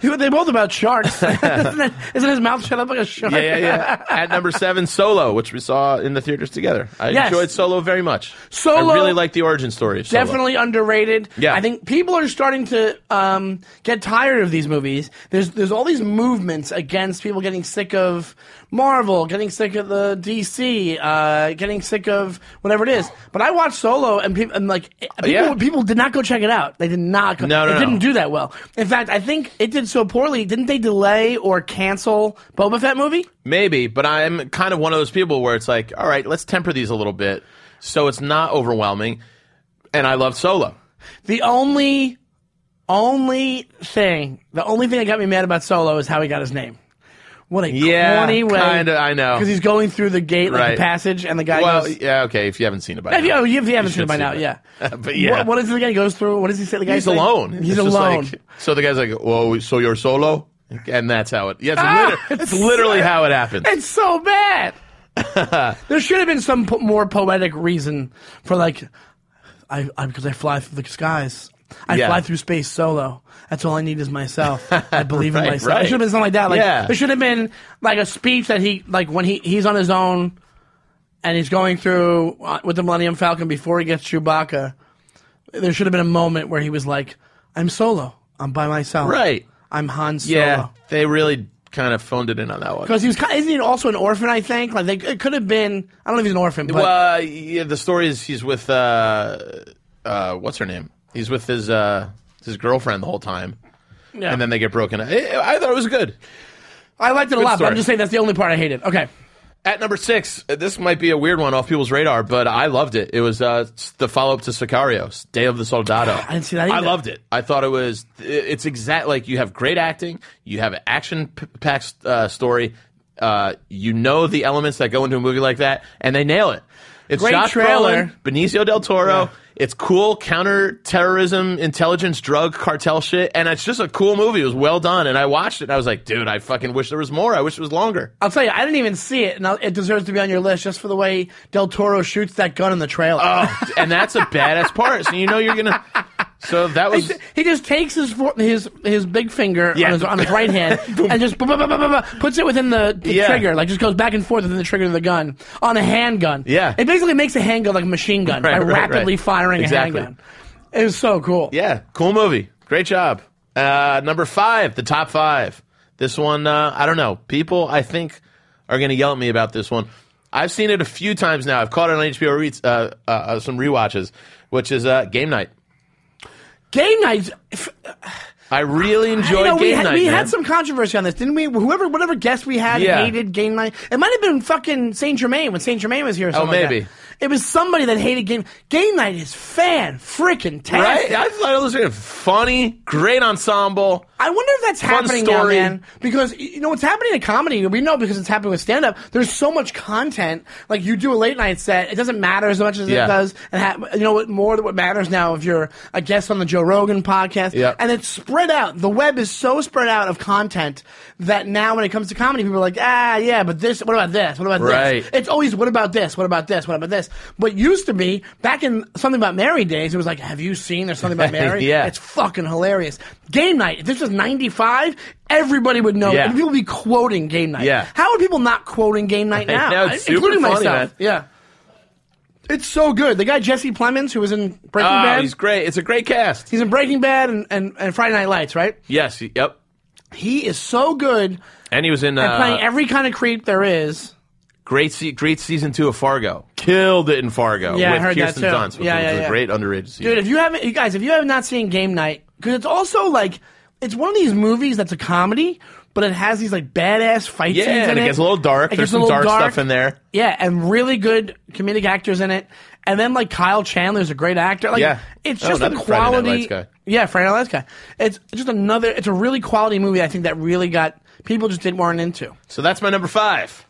C: They're both about sharks. isn't, it- isn't his mouth shut up like a shark?
D: yeah, yeah, yeah. At number seven, Solo, which we saw in the theaters together. I
C: Yes.
D: enjoyed Solo very much.
C: Solo-
D: I really like the origin story. Of Solo.
C: Definitely underrated.
D: Yeah.
C: I think people are starting to um, get tired of these movies. There's there's all these movements against people getting sick of Marvel, getting sick of the DC, uh, getting sick of whatever it is. But I watched Solo, and, peop and like it- people,
D: Oh, Yeah.
C: people did not go check it out. They did not. Go,
D: No, no,
C: it
D: no.
C: didn't do that well. In fact, I think it did so poorly. Didn't they delay or cancel Boba Fett movie?
D: Maybe, but I'm kind of one of those people where it's like, all right, let's temper these a little bit so it's not overwhelming. And I love Solo.
C: The only, only thing, the only thing that got me mad about Solo is how he got his name. What a
D: Yeah,
C: corny way.
D: kinda, I know.
C: Because he's going through the gate, like
D: Right.
C: the passage, and the guy
D: well,
C: goes.
D: yeah, okay, if you haven't seen it by
C: If you,
D: now.
C: oh, if you haven't seen it
D: should
C: by
D: see
C: now,
D: that.
C: yeah.
D: but yeah.
C: What, what is it the guy goes through? What does he say? The guy
D: He's alone.
C: He's
D: It's just
C: alone.
D: like- so the guy's like, "Whoa, so you're solo?" And that's how it. Yeah, it's,
C: Ah,
D: liter- it's
C: it's
D: literally
C: so-
D: how it happens.
C: it's so bad. there should have been some po- more poetic reason for like, I, I because I fly through the skies. I
D: Yeah.
C: fly through space solo. That's all I need is myself. I believe
D: Right,
C: in myself.
D: right.
C: It should have been something like that. Like
D: Yeah.
C: there should have been like a speech that he like when he he's on his own and he's going through uh, with the Millennium Falcon before he gets Chewbacca. There should have been a moment where he was like, "I'm solo. I'm by myself.
D: Right.
C: I'm Han Solo."
D: Yeah, they really kind of phoned it in on that one.
C: Because he was, ki- isn't he also an orphan? I think like they, it could have been. I don't know if he's an orphan, but
D: Well, uh, yeah, the story is he's with uh, uh, what's her name? He's with his uh, his girlfriend the whole time,
C: yeah.
D: and then they get broken. up. I, I thought it was good.
C: I liked it a lot. But
D: story.
C: I'm just saying that's the only part I hated. Okay,
D: At number six, uh, this might be a weird one off people's radar, but I loved it. It was uh, s- the follow up to Sicario's Day of the Soldado. I
C: didn't see that
D: I
C: either.
D: loved it. I thought it was. i- It's exact like you have great acting, you have an action p- packed uh, story. Uh, you know the elements that go into a movie like that, and they nail it. It's
C: Great
D: Josh
C: trailer.
D: Brolin, Benicio del Toro. It's cool counterterrorism, intelligence, drug cartel shit, and it's just a cool movie. It was well done, and I watched it. and I was like, dude, I fucking wish there was more. I wish it was longer.
C: I'll tell you, I didn't even see it, and I'll, it deserves to be on your list just for the way Del Toro shoots that gun in the trailer.
D: Oh, and that's a badass part. So you know you're gonna. So that was
C: he just takes his for, his his big finger
D: Yeah.
C: on, his, on his right hand and just bu- bu- bu- bu- bu- bu- puts it within the, the
D: Yeah.
C: trigger, like just goes back and forth within the trigger of the gun on a handgun.
D: Yeah.
C: it basically makes a handgun like a machine gun
D: Right,
C: by
D: right, right.
C: rapidly firing
D: Exactly.
C: a handgun. It was so cool.
D: yeah, cool movie. Great job. Uh, number five, the top five. This one, uh, I don't know. People, I think, are gonna yell at me about this one. I've seen it a few times now. I've caught it on HBO re- uh, uh, uh, some rewatches, which is uh, Game Night.
C: Game nights. f-
D: I really enjoyed
C: You know,
D: Game
C: we, had,
D: Night.
C: we
D: man.
C: had some controversy on this, didn't we? Whoever, whatever guest we had
D: Yeah.
C: hated game night. It might have been fucking Saint Germain when Saint Germain was here. Or something like
D: Oh, maybe.
C: that. it was somebody that hated game game night. Is fan freaking
D: Right?
C: tastic.
D: I thought it was really funny, great ensemble.
C: I wonder if that's happening
D: story.
C: now, man. Because y- you know what's happening in comedy. We know because it's happening with stand up. There's so much content. Like you do a late night set, it doesn't matter as much as
D: Yeah.
C: it does. And ha- you know what more what matters now if you're a guest on the Joe Rogan podcast.
D: Yeah.
C: And it's spread out. The web is so spread out of content that now when it comes to comedy, people are like, ah, yeah, but this. What about this? What about
D: Right.
C: this? It's always what about this? What about this? What about this? What used to be back in something about Mary days, it was like, have you seen there's something about Mary?
D: Yeah.
C: It's fucking hilarious. Game night. If this was '95, everybody would know.
D: Yeah.
C: And people would be quoting game night.
D: Yeah.
C: How are people not quoting game night
D: I
C: now?
D: know, it's
C: I- including
D: super funny,
C: myself.
D: man.
C: Yeah. It's so good. The guy Jesse Plemons, who was in Breaking
D: Oh,
C: Bad,
D: he's great. It's a great cast.
C: he's in Breaking Bad and, and, and Friday Night Lights, right?
D: Yes. Yep.
C: He is so good
D: And he was in
C: at
D: uh,
C: playing every kind of creep there is.
D: great, se- great season two of Fargo. killed it in Fargo
C: Yeah, I
D: with
C: heard that
D: Kirsten
C: too.
D: Dunst, which
C: Yeah,
D: was
C: yeah,
D: a
C: yeah.
D: great underrated season.
C: Dude, if you haven't, you guys, if you have not seen Game Night, because it's also like it's one of these movies that's a comedy, but it has these like badass fight
D: yeah,
C: scenes. in
D: and it gets a little dark.
C: It
D: There's
C: gets a
D: some
C: little
D: dark, stuff in there.
C: Yeah, and really good comedic actors in it. And then like Kyle Chandler's a great actor. Like
D: Yeah.
C: it's
D: Oh,
C: just a
D: another Friday Night
C: quality.
D: Lights guy.
C: Yeah, Friday Night Lights guy. It's just another. It's a really quality movie. I think that really got people just didn't weren't into.
D: So that's my number five.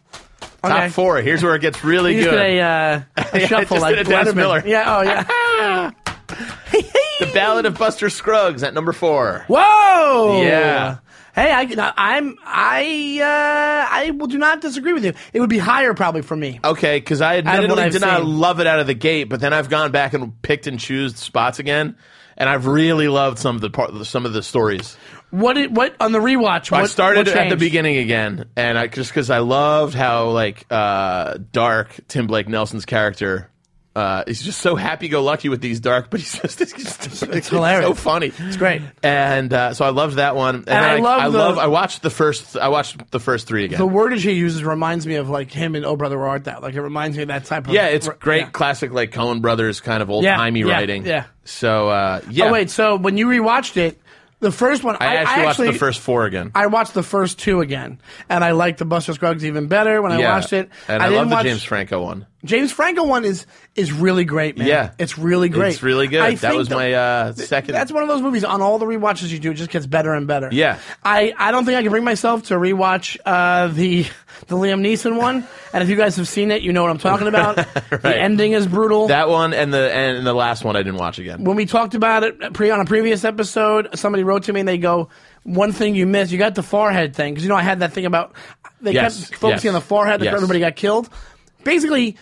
C: Okay.
D: Top four. Here's where it gets really
C: You
D: good.
C: just did a, uh, a shuffle
D: just
C: like
D: did a Dennis
C: Letterman.
D: Miller.
C: Yeah. Oh yeah.
D: the Ballad of Buster Scruggs at number four.
C: Whoa!
D: Yeah.
C: Hey, I, now, I'm I uh, I will do not disagree with you. It would be higher probably for me.
D: Okay, because I
C: what
D: admittedly
C: I've
D: did not
C: seen.
D: love it out of the gate, but then I've gone back and picked and choose spots again, and I've really loved some of the part, some of the stories.
C: What did, what on the rewatch? What,
D: I started
C: what
D: at the
C: changed?
D: beginning again, and I just because I loved how like uh, dark Tim Blake Nelson's character. Uh, he's just so happy-go-lucky with these dark, but he's just, he's just- it's
C: hilarious.
D: so funny. It's
C: great.
D: and uh, so I loved that one. And,
C: I
D: I
C: love
D: I,
C: the-
D: love. I watched the first. I watched the first three again.
C: The wordage he uses reminds me of like him in Oh Brother Where Art Thou. Like it reminds me of that type of
D: yeah, it's great,
C: Yeah.
D: classic like Coen Brothers kind of old timey
C: Yeah, yeah,
D: writing.
C: yeah.
D: So uh, yeah,
C: Oh wait, so when you rewatched it, the first one I,
D: I, actually
C: I
D: watched the first four again.
C: I watched the first two again, and I liked the Buster Scruggs even better when
D: yeah.
C: I watched it.
D: and I,
C: didn't
D: love the
C: watch-
D: James Franco one.
C: James Franco one is is really great, man.
D: Yeah.
C: it's really great.
D: It's really good.
C: I
D: that
C: think
D: was
C: the-
D: my uh, second.
C: That's one of those movies. On all the rewatches you do, it just gets better and better.
D: Yeah.
C: I, I don't think I can bring myself to rewatch uh, the the Liam Neeson one. And if you guys have seen it, you know what I'm talking about. The ending is brutal.
D: That one and the and the last one I didn't watch again.
C: when we talked about it uh, pre on a previous episode, somebody wrote to me and they go, "One thing you missed, you got the forehead thing because you know I had that thing about they
D: Yes,
C: kept focusing on
D: yes,
C: the forehead. That's
D: yes.
C: where everybody got killed. Basically." I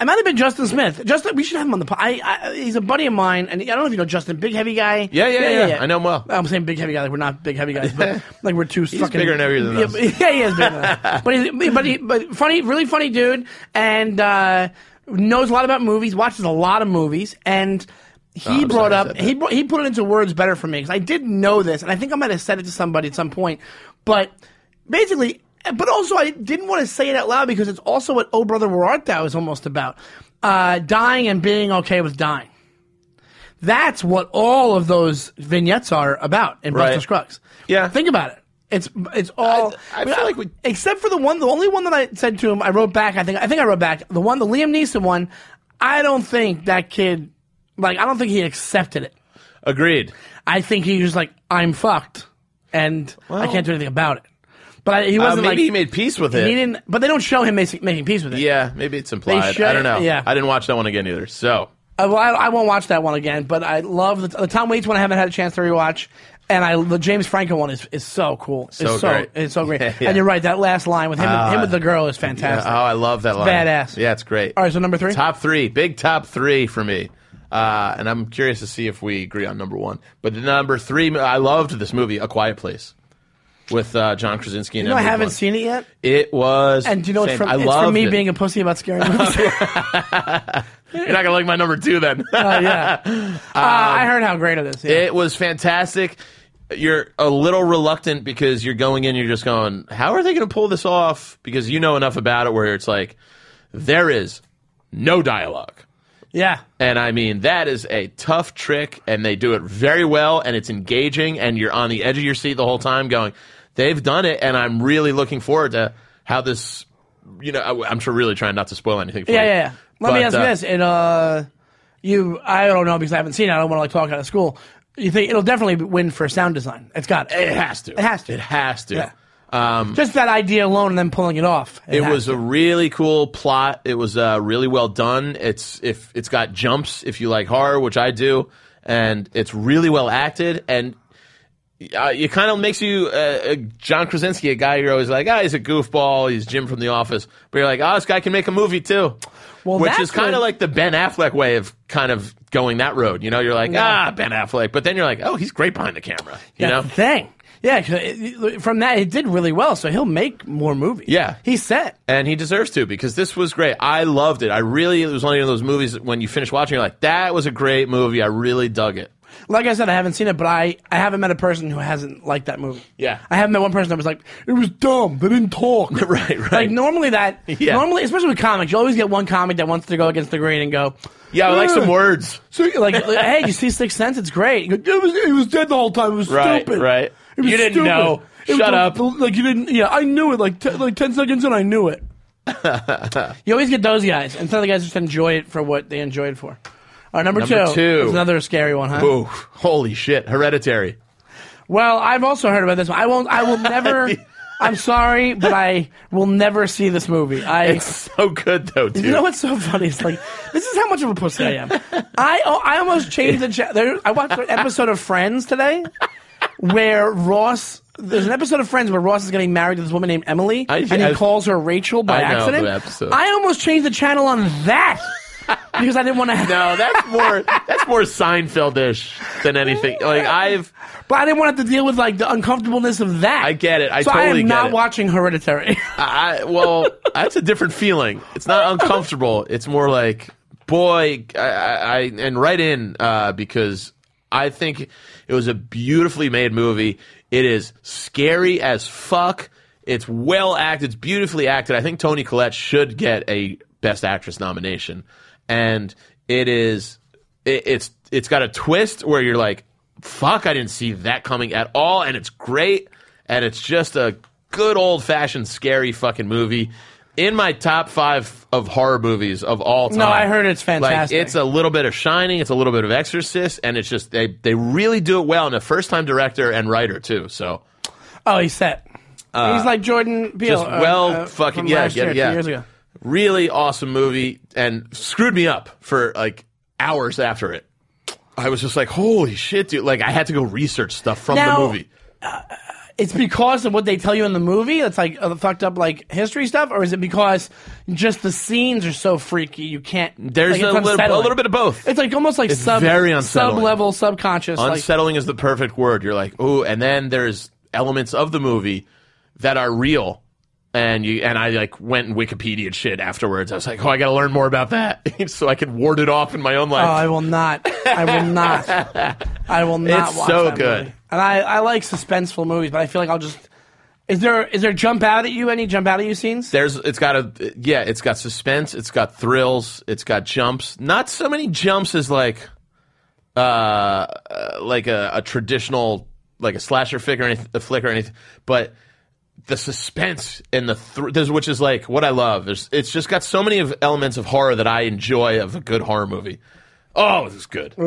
C: I might have been Justin Smith. Justin, we should have him on the. po- I, I, he's a buddy of mine, and I don't know if you know Justin, big heavy guy.
D: Yeah, yeah, yeah. I know him well.
C: I'm saying big heavy guy. Like we're not big heavy guys, but like we're two. He's fucking,
D: bigger and heavier than
C: yeah,
D: us.
C: but- yeah, he is bigger than us. But he's, but he, but funny, really funny dude, and uh, knows a lot about movies. Watches a lot of movies, and he
D: Oh, I'm
C: brought
D: sorry I
C: up
D: said
C: he brought, he put it into words better for me because I didn't know this, and I think I might have said it to somebody at some point, but basically. But also, I didn't want to say it out loud because it's also what "Oh Brother, Where Art Thou" is almost about: uh, dying and being okay with dying. That's what all of those vignettes are about in
D: Right.
C: Buster Scruggs.
D: Yeah.
C: think about it. It's it's all.
D: I- I feel like we-
C: except for the one, the only one that I said to him, I wrote back. I think I think I wrote back the one, the Liam Neeson one. I don't think that kid, like, I don't think he accepted it.
D: Agreed.
C: I think he was like, I'm fucked, and I can't do anything about it. But I, he
D: Uh,
C: wasn't
D: maybe
C: like
D: he made peace with it.
C: he didn't. But they don't show him making, making peace with it.
D: yeah, maybe it's implied.
C: should-
D: I don't know.
C: yeah.
D: I didn't watch that one again either. So
C: Uh, well, I, I won't watch that one again, but I love the, the Tom Waits one. I haven't had a chance to rewatch, and I the James Franco one is, is so cool.
D: So
C: it's so
D: great.
C: it's so great.
D: Yeah, yeah.
C: And you're right, that last line with him, him with the girl is
D: yeah,
C: fantastic.
D: oh, I love that line.
C: badass.
D: Yeah, it's great.
C: All right, so number three.
D: top three, big top three for me. Uh, and I'm curious to see if we agree on number one. But the number three, I loved this movie, A Quiet Place, with uh, John Krasinski. And
C: you know, I
D: Emily
C: haven't
D: Blunt.
C: seen it yet,
D: It was.
C: and do you know it's
D: fam-
C: from,
D: I
C: it's
D: loved
C: from me
D: it.
C: being a pussy about scary movies.
D: You're not gonna like my number two then.
C: Oh, yeah, uh, I heard how great it is. Yeah.
D: Um, It was fantastic. You're a little reluctant because you're going in, you're just going, how are they going to pull this off? Because you know enough about it where it's like, there is no dialogue.
C: yeah.
D: And I mean, that is a tough trick, and they do it very well, and it's engaging, and you're on the edge of your seat the whole time going, they've done it, and I'm really looking forward to how this, you know, I, am sure really trying not to spoil anything for
C: Yeah,
D: you.
C: yeah, yeah. Let me
D: But,
C: ask you
D: uh,
C: this: It uh, you, I don't know because I haven't seen it. I don't want to like talk out of school. You think it'll definitely win for sound design? It's got
D: It has to.
C: It has to.
D: It has to.
C: Yeah. just that idea alone, and then pulling it off.
D: It
C: has
D: was a really cool plot. It was uh, really well done. It's if it's got jumps if you like horror, which I do, and it's really well acted and uh, it kind of makes you uh, uh, John Krasinski, a guy you're always like, ah, he's a goofball, he's Jim from The Office, but you're like, oh, this guy can make a movie too,
C: Well,
D: which
C: that's
D: is kind of
C: what-
D: like the Ben Affleck way of kind of going that road. You know, you're like, ah, Ben Affleck, but then you're like, oh, he's great behind the camera. You
C: That's
D: know,
C: the thing. Yeah, 'cause it- from that it did really well, so he'll make more movies.
D: Yeah.
C: he's set.
D: And he deserves to because this was great. I loved it. I really, it was one of those movies that when you finish watching, you're like, that was a great movie. I really dug it.
C: Like I said, I haven't seen it, but I, I haven't met a person who hasn't liked that movie.
D: Yeah.
C: I haven't met one person that was like, it was dumb. They didn't talk.
D: Right, right.
C: Like normally that,
D: Yeah.
C: normally, especially with comics, you always get one comic that wants to go against the grain and go,
D: Yeah, I like some
C: "Ugh."
D: words.
C: So, like, like, hey, you see Sixth Sense? It's great. You go, It was, it was dead the whole time. It was
D: Right,
C: stupid.
D: right.
C: It was
D: You didn't
C: stupid.
D: know.
C: It was
D: Shut
C: a-
D: up.
C: Like you didn't. Yeah, I knew it. Like te- like ten seconds in, I knew it. you always get those guys, and some of the guys just enjoy it for what they enjoy it for. All right, number,
D: Number two.
C: is another scary one, huh?
D: Ooh, holy shit! Hereditary.
C: Well, I've also heard about this one. I won't. I will never. I'm sorry, but I will never see this movie. I.
D: It's so Oh, good though, dude.
C: You know what's so funny? It's like this is how much of a pussy I am. I oh, I almost changed the. Cha- there, I watched an episode of Friends today, where Ross. There's an episode of Friends where Ross is getting married to this woman named Emily,
D: I-
C: and he
D: I-
C: calls her Rachel by
D: I know
C: accident.
D: the episode.
C: I almost changed the channel on that because I didn't want to.
D: No, that's more that's more Seinfeld-ish than anything. Like I've
C: But I didn't want to have to deal with like the uncomfortableness of that.
D: I get it. I
C: so I
D: totally
C: am
D: get
C: not
D: it. Uh,
C: watching Hereditary.
D: I well, that's a different feeling. It's not uncomfortable. It's more like, boy, I, I, I and right in uh, because I think it was a beautifully made movie. It is scary as fuck. It's well acted. It's beautifully acted. I think Tony Collette should get a Best Actress nomination, and it is it, it's it's got a twist where you're like, fuck, I didn't see that coming at all, and it's great, and it's just a good old fashioned scary fucking movie. In my top five of horror movies of all time.
C: No, I heard it's fantastic.
D: Like, it's a little bit of Shining, it's a little bit of Exorcist, and it's just they they really do it well, and a first time director and writer too. So
C: oh, he's set. he's like Jordan Peele.
D: uh, just
C: uh,
D: well
C: uh,
D: fucking
C: from
D: yeah,
C: last
D: yeah,
C: year, two
D: yeah.
C: years ago.
D: Really awesome movie and screwed me up for like hours after it. I was just like, holy shit, dude. Like I had to go research stuff from
C: Now-
D: the movie.
C: it's because of what they tell you in the movie that's like uh, fucked up like history stuff or is it because just the scenes are so freaky you can't
D: There's
C: like, it's
D: a, little, a
C: unsettling.
D: little bit of both.
C: it's like almost like sub
D: very unsettling.
C: sub level subconscious like
D: Unsettling is the perfect word. You're like, ooh, and then there's elements of the movie that are real. And you and I like went and Wikipedia shit afterwards. I was like, oh, I got to learn more about that so I could ward it off in my own
C: oh
D: life.
C: I will not I will not I will not
D: It's
C: watch
D: so
C: that
D: good.
C: movie. and I I like suspenseful movies but I feel like I'll just is there is there jump out at you any jump out at you scenes
D: There's it's got a yeah, it's got suspense, it's got thrills, it's got jumps. Not so many jumps as like uh, uh like a, a traditional like a slasher flick or anything, a flick or anything, but the suspense and the thr- there's which is like what I love. There's it's just got so many of elements of horror that I enjoy of a good horror movie. Oh, this is good. I,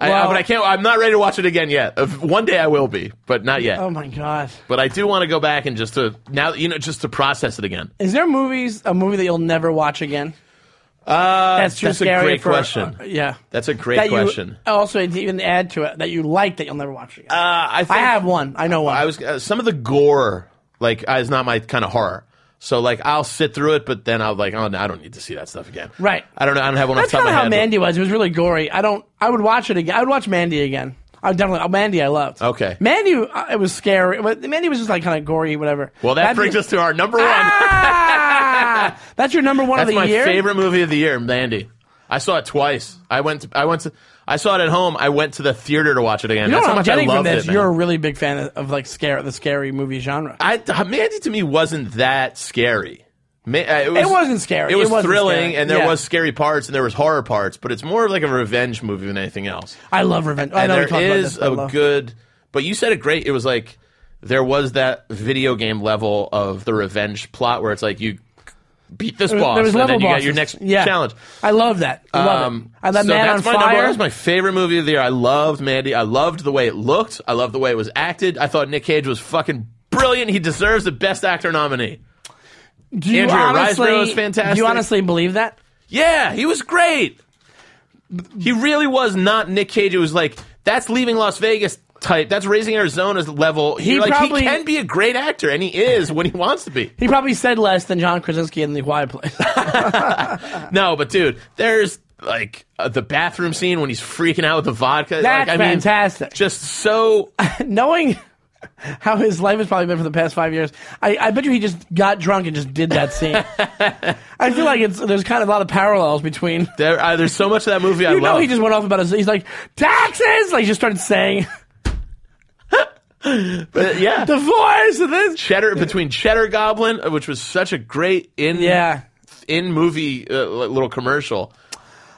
D: I-
C: Well-
D: but I can't. I'm not ready to watch it again yet. If- One day I will be, but not yet.
C: oh my god
D: but I do want to go back and just to now, you know, just to process it again.
C: is there movies a movie that you'll never watch again
D: Uh,
C: that's too
D: that's
C: scary
D: a great
C: for-
D: question.
C: uh, yeah
D: that's a great
C: that
D: question.
C: You, also, to even add to it, that you like that you'll never watch again.
D: uh, I, think
C: I have one. I know one.
D: I was uh, some of the gore like uh, is not my kind of horror. So like I'll sit through it, but then I'll like oh no, I don't need to see that stuff again.
C: Right.
D: I don't know. I don't have one off
C: That's
D: the top
C: kind
D: of
C: of
D: my
C: how
D: head.
C: Mandy was. It was really gory. I don't. I would watch it again. I would watch Mandy again. I would definitely. Oh, Mandy, I loved.
D: Okay.
C: Mandy, uh, it was scary. But Mandy was just like kind of gory, whatever.
D: well, that brings us to our number one.
C: Ah! that's your number one
D: That's
C: of the
D: my
C: year.
D: favorite movie of the year, Mandy. I saw it twice. I went. To, I went to. I saw it at home. I went to the theater to watch it again.
C: You know what
D: That's how
C: I'm
D: much I
C: getting from
D: loved
C: this?
D: it. man.
C: You're a really big fan of, of like scare the scary movie genre.
D: I uh, Mandy to me wasn't that scary. Ma- uh, it, was,
C: It wasn't scary.
D: It was
C: It wasn't
D: thrilling,
C: scary.
D: and there
C: Yeah.
D: was scary parts, and there was horror parts. But it's more of like a revenge movie than anything else.
C: I love revenge. Oh, I
D: and
C: know we
D: there
C: talked about this,
D: is
C: but I
D: a
C: love-
D: good. But you said it great. It was like there was that video game level of the revenge plot where it's like you beat this
C: There was-
D: boss,
C: there was
D: and
C: level
D: then you got your
C: bosses.
D: next
C: Yeah.
D: challenge. Um,
C: I love that. I love it. I love
D: so
C: Man
D: that's
C: on
D: my Number,
C: Fire.
D: that was my favorite movie of the year. I loved Mandy. I loved the way it looked. I loved the way it was acted. I thought Nick Cage was fucking brilliant. He deserves the Best Actor nominee.
C: Do you
D: Andrea
C: honestly,
D: Riseborough is fantastic.
C: Do you honestly believe that?
D: Yeah, he was great. He really was not Nick Cage. It was like that's leaving Las Vegas type. That's raising Arizona's level.
C: He
D: You're like,
C: probably-
D: he can be a great actor, and he is when he wants to be.
C: He probably said less than John Krasinski in the Quiet Place.
D: No, but dude, there's like uh, the bathroom scene when he's freaking out with the vodka.
C: That's
D: like, I mean,
C: fantastic.
D: just so
C: Knowing how his life has probably been for the past five years. I, I bet you he just got drunk and just did that scene. I feel like it's there's kind of a lot of parallels between.
D: There, uh, there's so much of that movie I
C: You
D: love.
C: know, he just went off about his. He's like taxes. Like he just started saying
D: But, yeah,
C: divorce and this.
D: Cheddar between Cheddar Goblin, uh, which was such a great in
C: Yeah.
D: in movie uh, li- little commercial.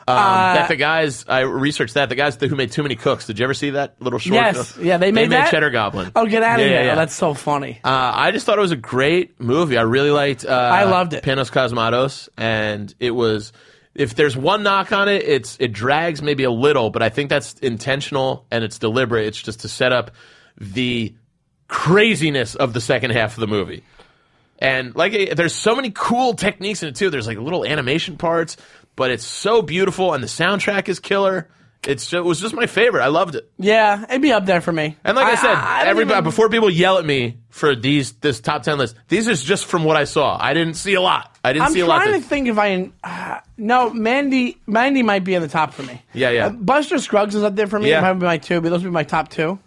D: Um,
C: Uh,
D: that the guys I researched that the guys who made Too Many Cooks. Did you ever see that little short?
C: Yes.
D: film?
C: Yeah, they made that?
D: Cheddar Goblin.
C: Oh, get out of
D: Yeah,
C: here!
D: yeah, yeah.
C: Oh, that's so funny.
D: Uh, I just thought it was a great movie. I really liked. Uh,
C: I loved it.
D: Panos Cosmatos, and it was. If there's one knock on it, it's it drags maybe a little, but I think that's intentional and it's deliberate. It's just to set up the craziness of the second half of the movie. And like, eh, there's so many cool techniques in it too. There's like little animation parts, but it's so beautiful, and the soundtrack is killer. It's ju- it was just my favorite. I loved it.
C: Yeah, it'd be up there for me.
D: And like I, said,
C: don't
D: everybody
C: even-
D: before people yell at me for these this top ten list, these is just from what I saw. I didn't see a lot. I didn't
C: I'm
D: see a lot.
C: trying
D: that-
C: to think if I. Uh, no, Mandy. Mandy might be in the top for me.
D: Yeah, yeah.
C: Uh, Buster Scruggs is up there for me.
D: Yeah.
C: It might be my two, but those would be my top two.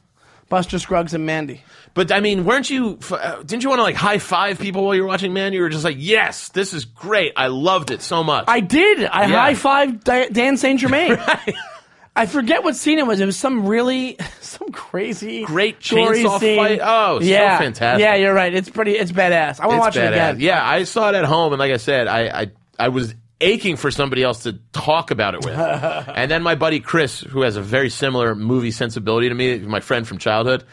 C: Buster Scruggs and Mandy.
D: but I mean, weren't you? f- uh, Didn't you want to like high five people while you were watching? Man, you were just like, yes, this is great. I loved it so much.
C: I did. I
D: Yeah.
C: high fived Da- Dan Saint Germain. I forget what scene it was. It was some really some crazy
D: Great
C: gory
D: chainsaw
C: scene.
D: fight. Oh, so
C: yeah,
D: fantastic.
C: Yeah, you're right. It's pretty. It's badass. I want to watch
D: It's
C: it
D: badass.
C: again.
D: Yeah, I saw it at home, and like I said, I I, I was aching for somebody else to talk about it with. and then my buddy Chris, who has a very similar movie sensibility to me, my friend from childhood,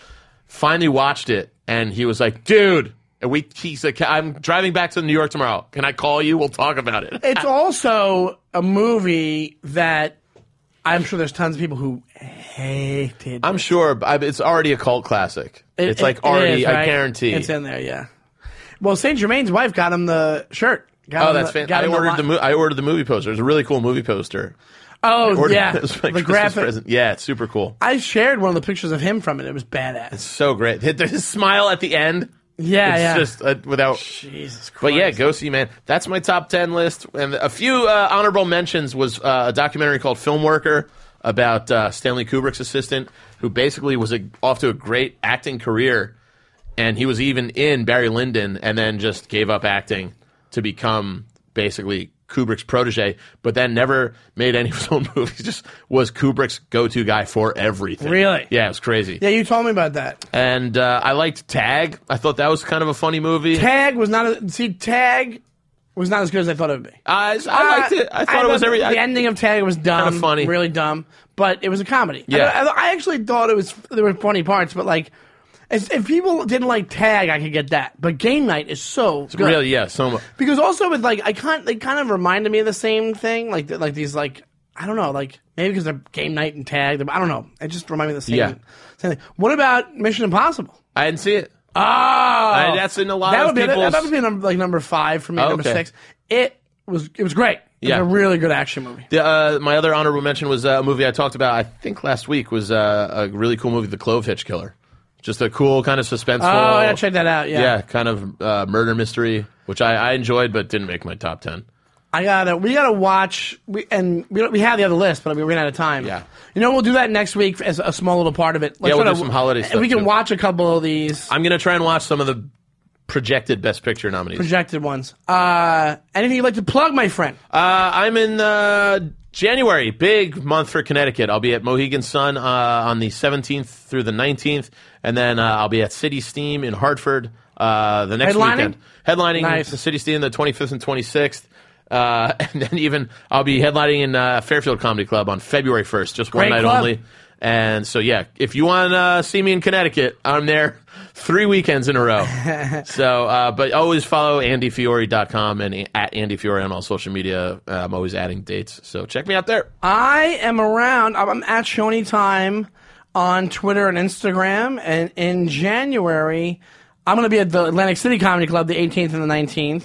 D: finally watched it, and he was like, "Dude." And we, he's like, I'm driving back to New York tomorrow. Can I call you? We'll talk about it.
C: It's also a movie that I'm sure there's tons of people who hated.
D: I'm sure but I- it's already a cult classic.
C: It-
D: it's like
C: it- it
D: already,
C: is,
D: I
C: right?
D: guarantee.
C: It's in there, yeah. Well, Saint Germain's wife got him the shirt. Got
D: oh,
C: him
D: that's
C: the-
D: fantastic.
C: got
D: I
C: him
D: ordered
C: li-
D: the, mo- I ordered the movie poster. It's a really cool movie poster.
C: Oh,
D: Ordered
C: yeah.
D: it as my
C: the
D: Christmas
C: graphic.
D: present. Yeah, it's super cool.
C: I shared one of the pictures of him from it. It was badass.
D: So great. Hit the- His smile at the end.
C: Yeah,
D: it's
C: yeah.
D: just uh, without.
C: Jesus Christ.
D: But yeah, go see, man. That's my top ten list, and a few uh, honorable mentions was uh, a documentary called Film Worker about uh, Stanley Kubrick's assistant, who basically was a, off to a great acting career, and he was even in Barry Lyndon, and then just gave up acting to become basically Kubrick's protege, but then never made any of his own movies. Just was Kubrick's go-to guy for everything.
C: Really?
D: Yeah, it was crazy.
C: Yeah, you told me about that.
D: And uh, I liked Tag. I thought that was kind of a funny movie.
C: Tag was not. A, see, Tag was not as good as I thought it would be.
D: I, I liked it. I thought it was every.
C: Uh, The
D: I-
C: ending of Tag was dumb,
D: Kinda funny.
C: really dumb, but it was a comedy.
D: Yeah.
C: I, I- I actually thought it was there were funny parts, but like, if if people didn't like Tag, I could get that. But Game Night is so good.
D: Really, yeah. So mu-
C: Because also with like I kind they kind of reminded me of the same thing like like these like I don't know like maybe because they're game night and tag I don't know it just reminded me of the same,
D: Yeah.
C: same thing. What about Mission Impossible?
D: I didn't see it.
C: Oh,
D: that's in a lot
C: that
D: of
C: would be
D: people's-
C: that would be number, like number five for me
D: Oh,
C: number
D: okay.
C: six. It was it was great. It
D: Yeah.
C: was a really good action movie.
D: The, uh, my other honorable mention was uh, a movie I talked about. I think last week was uh, a really cool movie, The Clove Hitch Killer. Just a cool kind of suspenseful.
C: Oh, yeah, check that out. Yeah,
D: yeah, kind of uh, murder mystery, which I, I enjoyed, but didn't make my top ten.
C: I gotta we gotta watch we and we, don't- we have the other list, but we ran out of time.
D: Yeah.
C: you know we'll do that next week as a small little part of it. Let's
D: Yeah, we'll
C: try
D: do some holiday
C: and
D: stuff,
C: We can
D: too.
C: watch a couple of these.
D: I'm gonna try and watch some of the projected Best Picture nominees.
C: projected ones. Uh, anything you'd like to plug, my friend?
D: Uh, I'm in uh, January, big month for Connecticut. I'll be at Mohegan Sun uh, on the 17th through the 19th, and then uh, I'll be at City Steam in Hartford uh, the next
C: Headlining?
D: weekend. Headlining
C: Nice.
D: the City Steam the 25th and 26th. Uh, and then even I'll be headlining in uh, Fairfield Comedy Club on February 1st, just one
C: Great
D: night
C: club.
D: only. And so, yeah, if you want to uh, see me in Connecticut, I'm there three weekends in a row. so, uh, but always follow andyfiore.com and a- at andyfiore on all social media. Uh, I'm always adding dates. So check me out there.
C: I am around. I'm I'm at Shoney Time on Twitter and Instagram. And in January, I'm going to be at the Atlantic City Comedy Club the 18th and the 19th.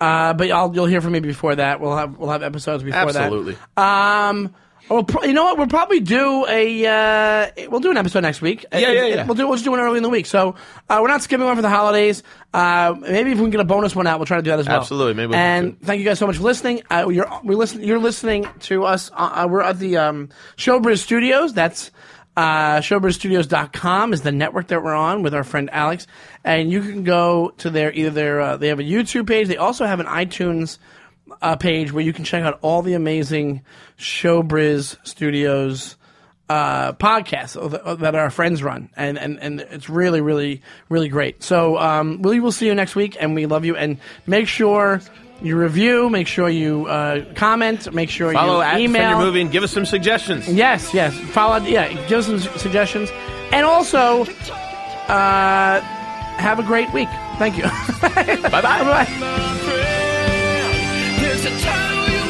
C: Uh, but I'll, you'll hear from me before that. We'll have we'll have episodes before
D: Absolutely.
C: that. Um, we'll pro- you know what? We'll probably do a uh, we'll do an episode next week. Uh,
D: Yeah, yeah, yeah.
C: We'll do we'll just do one early in the week. So uh, we're not skipping one for the holidays. Uh, maybe if we can get a bonus one out, we'll try to do that as well.
D: Absolutely. Maybe we can
C: and
D: too.
C: thank you guys so much for listening. Uh, you're we listen. You're listening to us. Uh, uh, we're at the um, Showbiz Studios. That's Uh, ShowbizStudios.com is the network that we're on with our friend Alex. And you can go to their, either their, uh, they have a YouTube page, they also have an iTunes uh, page where you can check out all the amazing Showbiz Studios uh, podcasts th- that our friends run, and, and, and it's really, really, really great. So um, we will see you next week, and we love you. And make sure you review, make sure you uh, comment, make sure
D: Follow
C: you
D: at
C: email.
D: Defend Your Movie and give us some suggestions.
C: Yes, yes. Follow. Yeah, give us some s- suggestions, and also uh, have a great week. Thank you.
D: Bye bye.
C: Bye.
B: my friend. There's a time you